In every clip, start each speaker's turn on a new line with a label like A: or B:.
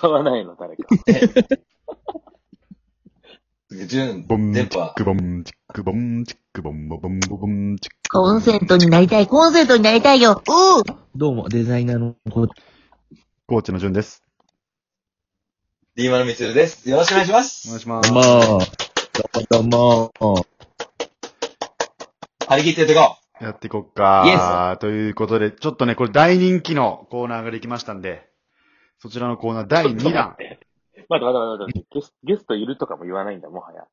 A: 伝わないの、誰か。
B: ジュン、
C: ボン
B: 電
C: チッ
B: 波。
C: クボンチックボンチックボンボボンボボンチック
D: コンセントになりたい、コンセントになりたいよおう
E: どうも、デザイナーのこ
C: コーチの順です。
B: D マルミツルです。よろしくお願いします。
C: お願いしま
E: と
C: す。
E: も、どうも、どうも。
B: 張り切ってやっていこ
C: やっていこっか。ということで、ちょっとね、これ大人気のコーナーができましたんで、そちらのコーナー第2弾。
A: 待って待って待って待って、ゲスゲストいるとかも言わないんだ、もはや。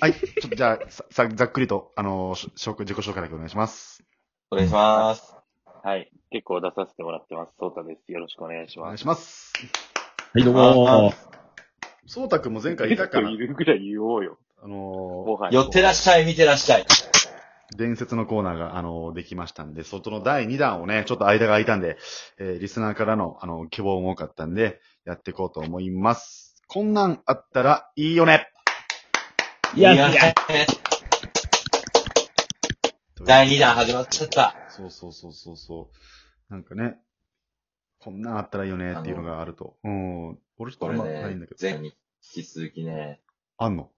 C: はい。ちょっとじゃあ、さ、さざっくりと、あのー、し紹介自己紹介だけお願いします。
B: う。お願いします。
A: はい。結構出させてもらってます。そうたです。よろしくお願いし
C: お願
A: ま
C: い
A: す。
C: します。
E: はい、どうも。
C: そうたくんも前回
A: ゲ
C: いた
A: ス
C: か
A: ト
C: ら
A: い、るぐらい言おうよ。
C: あの
A: もはや
B: 寄。ってらっしゃい、見てらっしゃい。
C: ー、伝説のコーナーが、あのー、できましたんで、外の第2弾をね、ちょっと間が空いたんで、えー、リスナーからの、あのー、希望も多かったんで、やっていこうと思います。こんなんあったらいいよね
E: いや、い
B: い
E: や、
B: 第2弾始まっちゃった。
C: そうそうそうそうそう。なんかね、こんなんあったらいいよねっていうのがあると。うん。俺ちょっと
B: こ
C: あ
B: れ
C: んまない
B: ね
C: んだけ、ど。
B: 前回に引き続きね、
C: あんの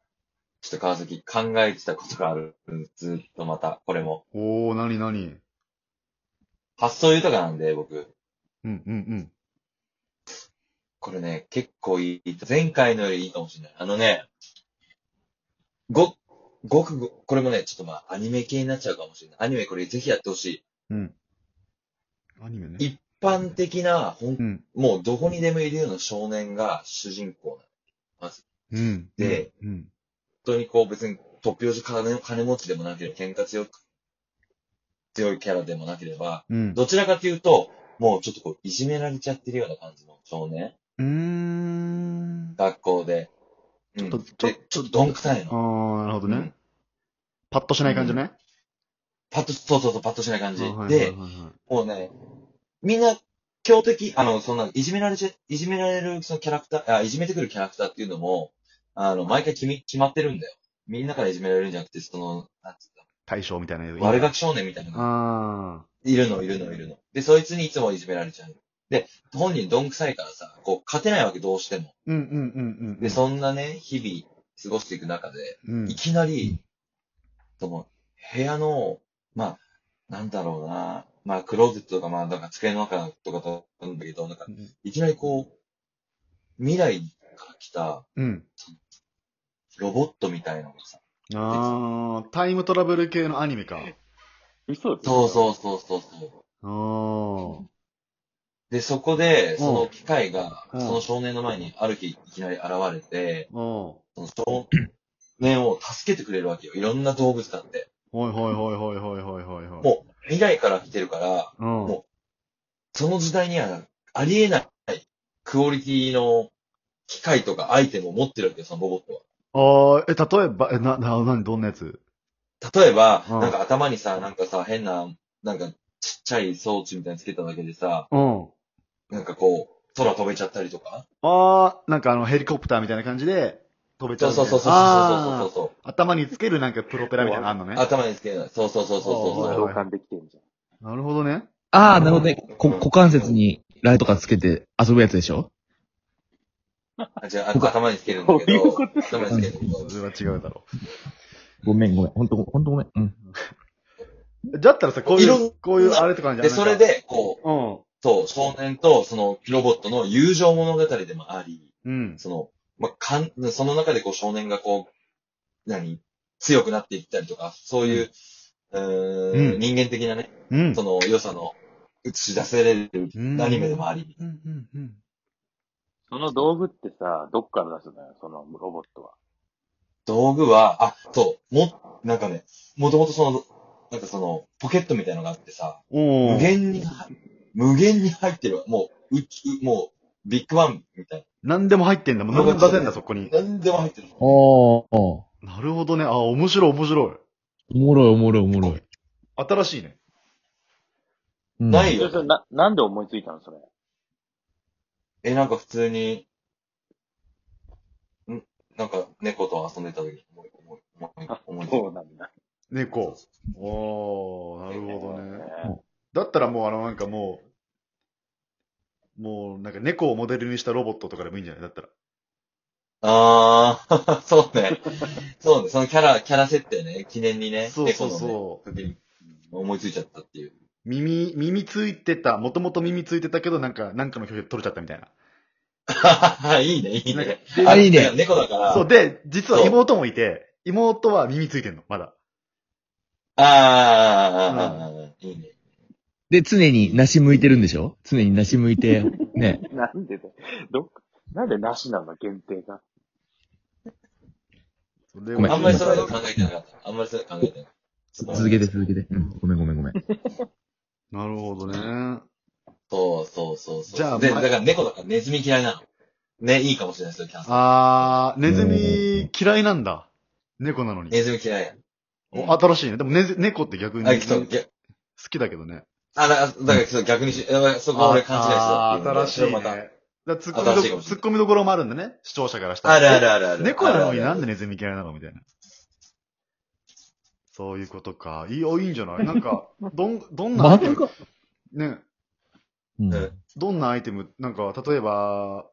B: ちょっと川崎考えてたことがある。ずっとまた、これも。
C: おー、なになに
B: 発想豊かなんで、僕。
C: うんうんうん。
B: これね、結構いい。前回のよりいいかもしれない。あのね、ご、ごくご、これもね、ちょっとまあ、アニメ系になっちゃうかもしれない。アニメこれぜひやってほし
C: うん。アニメね。
B: い。一般的な、ほん
C: うん。
B: もうどこにでもいるような少年が主人公なの。
C: うん。
B: で
C: うん、
B: 本当にこう別に突拍子金金持ちでもなければ、喧嘩強く、強いキャラでもなければ、
C: うん。
B: どちらかというと、もうちょっとこう、いじめられちゃってるような感じの少年。
C: うーん。
B: 学校で。うん、
C: ちょっと
B: でちょっとどんくさい
C: あ
B: の。
C: ー、なるほど
B: う
C: ね
B: ん。
C: パッとしない感じね。
B: パッと、そうそうそう、パッとしない感じ
C: あ。はいはい
B: で、
C: はいはい
B: もうね、みんな、強敵、あの、そんな、いじめられちゃ、いじめられる、そのキャラクター、あ、いじめてくるキャラクターっていうのも、あの、毎回決め、決まってるんだよ。みんなからいじめられるんじゃなくて、その、なんつう
C: 大将みたいなのいい
B: の、悪ガキ少年みたいなのが
C: あ
B: いるの、いるの、いるの。で、そいつにいつもいじめられちゃう。で、本人どんくさいからさ、こう、勝てないわけどうしても。
C: ー。うんうんうんうん。
B: で、そんなね、日々、過ごしていく中で、
C: うん。
B: いきなり、その、部屋の、まあ、なんだろうな、まあ、クローゼットとか、まあ、なんか机の中とかと、なんだけど、なんか、
C: うん
B: いきなりこう、未来から来た
C: うん。
B: ロボットみたいなのがさ、
C: あー、タイムトラベル系のアニメか。
A: 嘘です。
B: そうそうそうそうそう。
C: あー。
B: で、そこで、その機械が、
C: うん
B: その少年の前にある日いきなり現れて、
C: うん。
B: その少年を助けてくれるわけよ。いろんな動物だって。
C: はいはいはいはいはいはいはいはい。
B: もう、未来から来てるから、
C: う、
B: もその時代にはありえないクオリティの機械とかアイテムを持ってるわけよ、そのロボットは。
C: ああ、え、例えば、え、な、な、なに、どんなやつ
B: 例えば、
C: うん
B: なんか頭にさ、なんかさ、変な、なんかちっちゃい装置みたいにつけただけでさ、
C: うん。
B: なんかこう、空飛べちゃったりとか。
C: ああ、なんかあの、ヘリコプターみたいな感じで、飛べちゃ
B: そうう
C: みた
B: そ
C: いうな。
B: そうそうそうそう
C: う。
B: そ
C: 頭につけるなんかプロペラみたいなのあんの
B: う。
C: ね。
B: 頭につけない。そうそうそうそう
C: あ
B: そうそう。
C: ー
A: 共感できてんじ
C: なるほどね。
E: あー、なるほどね。こ股関節にライトがつけて遊ぶやつでしょ
B: あじゃあ、あ頭につけるんだけ
A: そういう
B: ど
A: こ、
B: 頭につけるんだけど
C: それは違うだろ
E: ごめん、ごめん。ほんと、ほんとごめん。うん。
C: う。だったらさ、こうい
B: いろん
C: う、こういうあれとかあるんじ
B: で、
C: ゃない
B: それ、で、こう、
C: う
B: そ
C: ん。
B: う、少年とそのロボットの友情物語でもあり、
C: うん。
B: その、まあ、かん、その中でこう少年がこう、何強くなっていったりとか、そういう、うー
C: うん
B: ん、人間的なね、
C: うん。
B: その良さの映し出せれる
C: うん
B: アニメでもあり。
C: うん、うん、う
A: ゃ
C: ん。
A: ん。その道具ってさ、どっから出すのよ、そのロボットは。
B: 道具は、あ、そう、も、なんかね、もともとその、なんかその、ポケットみたいのがあってさ、
C: お
B: 無
C: ー。
B: 限に、無限に入ってるわ。もう、うち、もう、ビッグワンみたい
C: 何でも入ってんだ。もう何でも出せんだ、そこに。
B: な。何でも入ってる。
E: おー、お
C: なるほどね。あー、面白い、面白い。
E: もろい、おもろい、おもろい。
C: 新しいね。
E: うん
B: ない
A: それ
B: よ
A: そ。れな、なんで思いついたの、それ。
B: え、なんか普通に、んなんか猫と遊んでた時に思い、思い、思い、思いついた。
A: そうなんだ。
C: 猫。おー、なるほどね。
A: えー
C: だったらもうあのなんかもう、もうなんか猫をモデルにしたロボットとかでもいいんじゃないだったら。
B: あー、そうね。そうね。そのキャラ、キャラ設定ね。記念にね。
C: そうそうそう
B: 猫のね時に思いついちゃったっていう。
C: 耳、耳ついてた、もともと耳ついてたけど、なんか、なんかの表情取れちゃったみたいな。
B: いいね、いいね。
E: あ、いいね
B: の。猫だから。
C: そう、で、実は
B: そう
C: 妹もいて、妹は耳ついてんの、まだ。
B: あー、いいね。
E: で、常に梨向いてるんでしょ常に梨向い て、ね。
A: なんでだどっかなんでなしなの限定が。
C: それは
E: ごめ
B: あんまりそういうの考えてなかった。あんまりそういうの考えてなかっ
E: つ続けて続けて。うん。ごめんごめんごめん。
C: なるほどね。
B: た。そうそうそうそう。
C: じゃあ
B: で、だ
C: ま
B: から猫だからネズミ嫌いなの。ね、いいかもしれないですよ、キャンさん。
C: あー、ネズミ嫌いなんだ。猫なのに。
B: ネズミ嫌い。
C: お新しいね。でもネズ、猫って逆に
B: あ、
C: 好
B: そう、ぎゃ
C: きだけどね。
B: あ、だだからそう逆にし、えそこは俺勘違いしてた
C: あ
B: ってい
C: ー
B: うので。
C: 新しい
B: それ
C: ね。
B: ま
C: だか
B: た
C: ら突
B: 新
C: っ
B: しいかもしれ
C: 込みど
B: ない
C: 突っ込みどころもあるんだね。視聴者からしたら。
B: あるあるあるある。
C: 猫なのに
B: あるあ
C: な
B: る
C: んでネズミ嫌いなのみたいな。そういうことか。いい、おいいんじゃないなんか、どん、どんなアイテム、
E: か。
C: ね、
E: うん。
B: うん
C: どんなアイテム、なんか、例えば、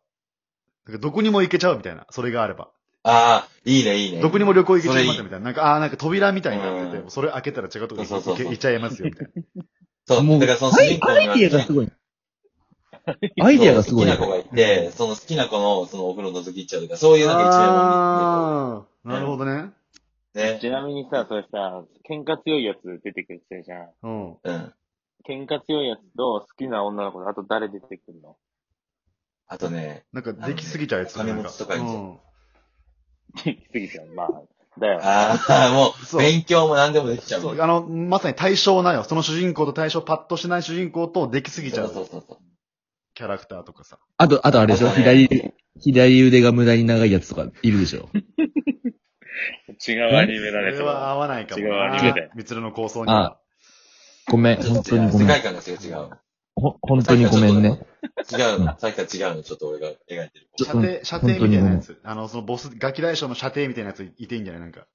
C: なんかどこにも行けちゃうみたいな、それがあれば。
B: ああ、いいね、いいね。
C: どこにも旅行行けちゃい
B: それ
C: ます
B: いい
C: みたいな。なんか、ああ、なんか扉みたいになってて、
B: うん
C: それ開けたら違うとこ
B: そうそうそう
C: 行け行っちゃいますよみたい な。
B: そう、だからその主
E: ア
B: 人
E: イ
B: 公には
E: アイディアが すごい。アイディアがすごい
B: そう。好きな子がいて、その好きな子の、そのお風呂覗き行っちゃうとか、そういうなんか一面を
C: ああ、なるほどね。
B: 見る。
A: ち
B: ね。
A: なみにさ、それさ、喧嘩強いやつ出てくるってじゃん。
C: うん。
B: うん。
A: 喧嘩強いやつと好きな女の子とあと誰出てくるの
B: あとね、
C: なんか、できすぎちゃうやつ
B: あのね
C: な
B: お金
C: ん
B: 持ちとかいるじゃん
C: うん
A: 行き過ぎちゃう。まあ、だよ。
B: ああ、もう、
C: そう
B: 勉強も何でもできちゃう。
C: そう、あの、まさに対象なよ。その主人公と対象パッとしない主人公とできすぎちゃ
B: そう
C: う
B: そうそうそう。
C: キャラクターとかさ。
E: あと、あとあれでしょ
B: あとね
E: 左、左腕が無駄に長いやつとかいるでしょ
A: 違うアニメだ
C: そ
A: ね、
C: れ
A: それ
C: は合
A: は。
C: わないかも
A: 違うア
C: な。
A: ニメだよ
C: みつるの構想には。
E: ごめん、
B: ちょ
E: 本
B: っと
E: 当
B: 違う。
E: にご
B: 世
E: め
B: 界観
E: ん。
B: が違う。違う。
E: ほ本当にごめんね。
B: 違うの。さっきは違うの。ちょっと俺が描いてる。
E: ちょ
C: 射程、射程みたいなやつ。あの、そのボス、ガキ大将の射程みたいなやついていいんじゃないなんか。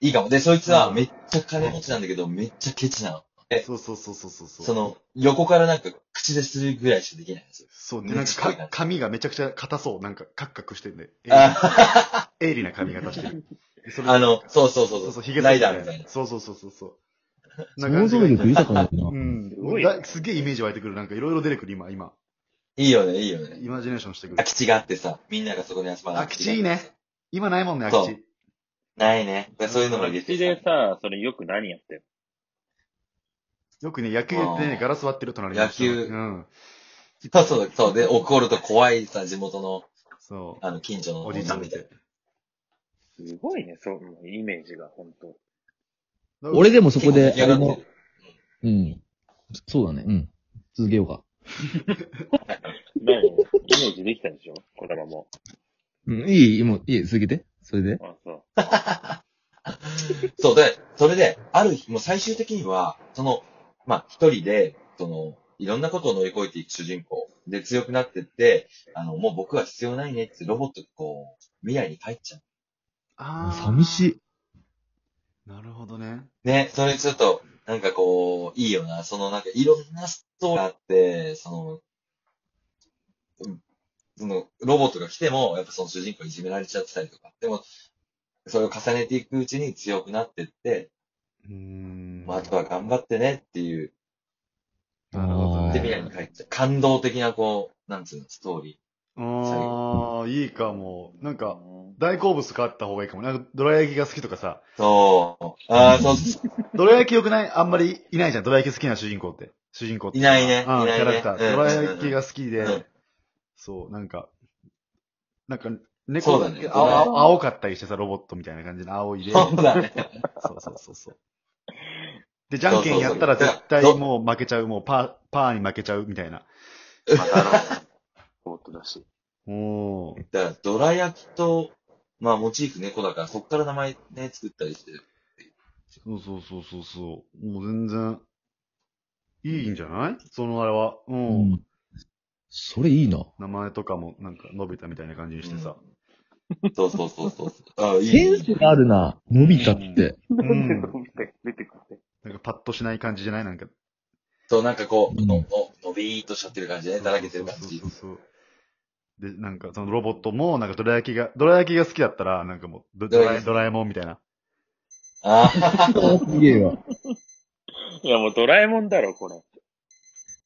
B: いいかも。で、そいつはめっちゃ金持ちなんだけど、めっちゃケチなの。え
C: そうそうそうそうそうそう。
B: その、横からなんか口でするぐらいしかできないんですよ。
C: そう、で、なんかか、髪がめちゃくちゃ硬そう。なんか、カクカクしてんで。
B: あ
C: 鋭利な髪型してる。そ れ
B: あの、そうそうそう。
C: そうそう、ヒゲ
B: ライダーみたいな。
C: そうそうそうそうそう。
E: 想像力豊かだな
C: う。ん。
A: すごいね
C: だすげえイメージ湧いてくる。なんかいろいろ出てくる、今、今。
B: いいよね、いいよね。
C: イマジネーションしてくる
B: 空。き地があってさ、みんながそこに集まる。
C: 空き地いいね。今ないもんね、
B: そう
C: 空き地。
B: ないね。でそういうのも
A: う
B: 出
A: ち
B: て
A: で
B: さ、
A: さ、それよく何やってる
C: よくね、野球やって
B: あ
C: ね、
B: ー
C: ガラス割ってる隣の
B: 野球
C: うん。
B: そうそう、そう。で、怒ると怖いさ、地元の、
C: そう。
B: あの、近所の
C: おじいちゃん
B: み
C: み
B: た
C: た
B: い
C: い
B: な。
A: すごいね、そう、もうイメージが、本当。
C: な。
E: 俺でもそこで、
B: 結構出来上
E: あれ
B: がっ
E: の
B: て、
E: うん。そうだね、うん。続けようか。
A: だよねイメージできたでしょ子供も。
E: うん、いい、もう、いい、続けて。それで。
A: あ、そう。
B: るそうで、それで、ある日、もう最終的には、その、まあ、一人で、その、いろんなことを乗り越えていく主人公。で、強くなってって、あの、もう僕は必要ないねって、ロボットがこう、未来に帰っちゃう。
C: あー
E: 寂しい。
C: なるほどね。
B: ね、それちょっと、なんかこう、いいよな。その、なんかいろんなストーリーがあって、その、うんその、ロボットが来ても、やっぱその主人公いじめられちゃってたりとか。でも、それを重ねていくうちに強くなってって、
C: うーん。
B: まあ、あとは頑張ってねっていう、
C: なるほど
E: うん
B: で、
C: ね。
B: 未来に帰っちゃう。感動的な、こう、なんつうの、ストーリ
C: ああ、いいかも。なんか、
A: うん
C: 大好物買った方がいいかも。なんか、どら焼きが好きとかさ。
B: ー。そう。ああ、そう、
C: どら焼き良くないあんまりいないじゃん。どら焼き好きな主人公って。主人公って。
B: いないね
C: うん
B: いないね
C: キャラクター。
B: うん
C: どら焼きが好き
B: うん
C: で、そう、なんか、なんか、猫
B: そうだね
C: あ青青かったりしてさ、ロボットみたいな感じの青いで。
B: そうだね。
C: そうそうそうそう。で、じゃんけんやったら
B: そうそうそう
C: 絶対もう負けちゃう、もうパー、パーに負けちゃうみたいな。
A: またの、ボートだし。
C: おー。
B: だから、どら焼きと、まあ、モチーフ猫だから、そっから名前ね、作ったりしてる。
C: そうそうそうそうそう。もう全然、いいんじゃないそのあれは。うん。
E: うんそれいいな。
C: 名前とかもなんか伸びたみたいな感じにしてさ。
B: そうそうそう そうそう。ああ、いい
E: セ
B: ね。
E: ンスがあるな。伸びたって。
A: なん で伸びた出てくる
C: なんかパッとしない感じじゃないなんか。
B: そう、なんかこう、
E: うん
B: のののびーっとしちゃってる感じね、だらけてる感じ
C: そう。そうそうそうで、なんか、そのロボットも、なんか、ドラ焼きが、ドラ焼きが好きだったら、なんかもう、ド
B: ド
C: ド
B: ラ
C: ラえ
B: 焼き
C: ドラえもんみたいな。
B: ああ、
E: すげえわ。
A: いや、もうドラえもんだろ、これ。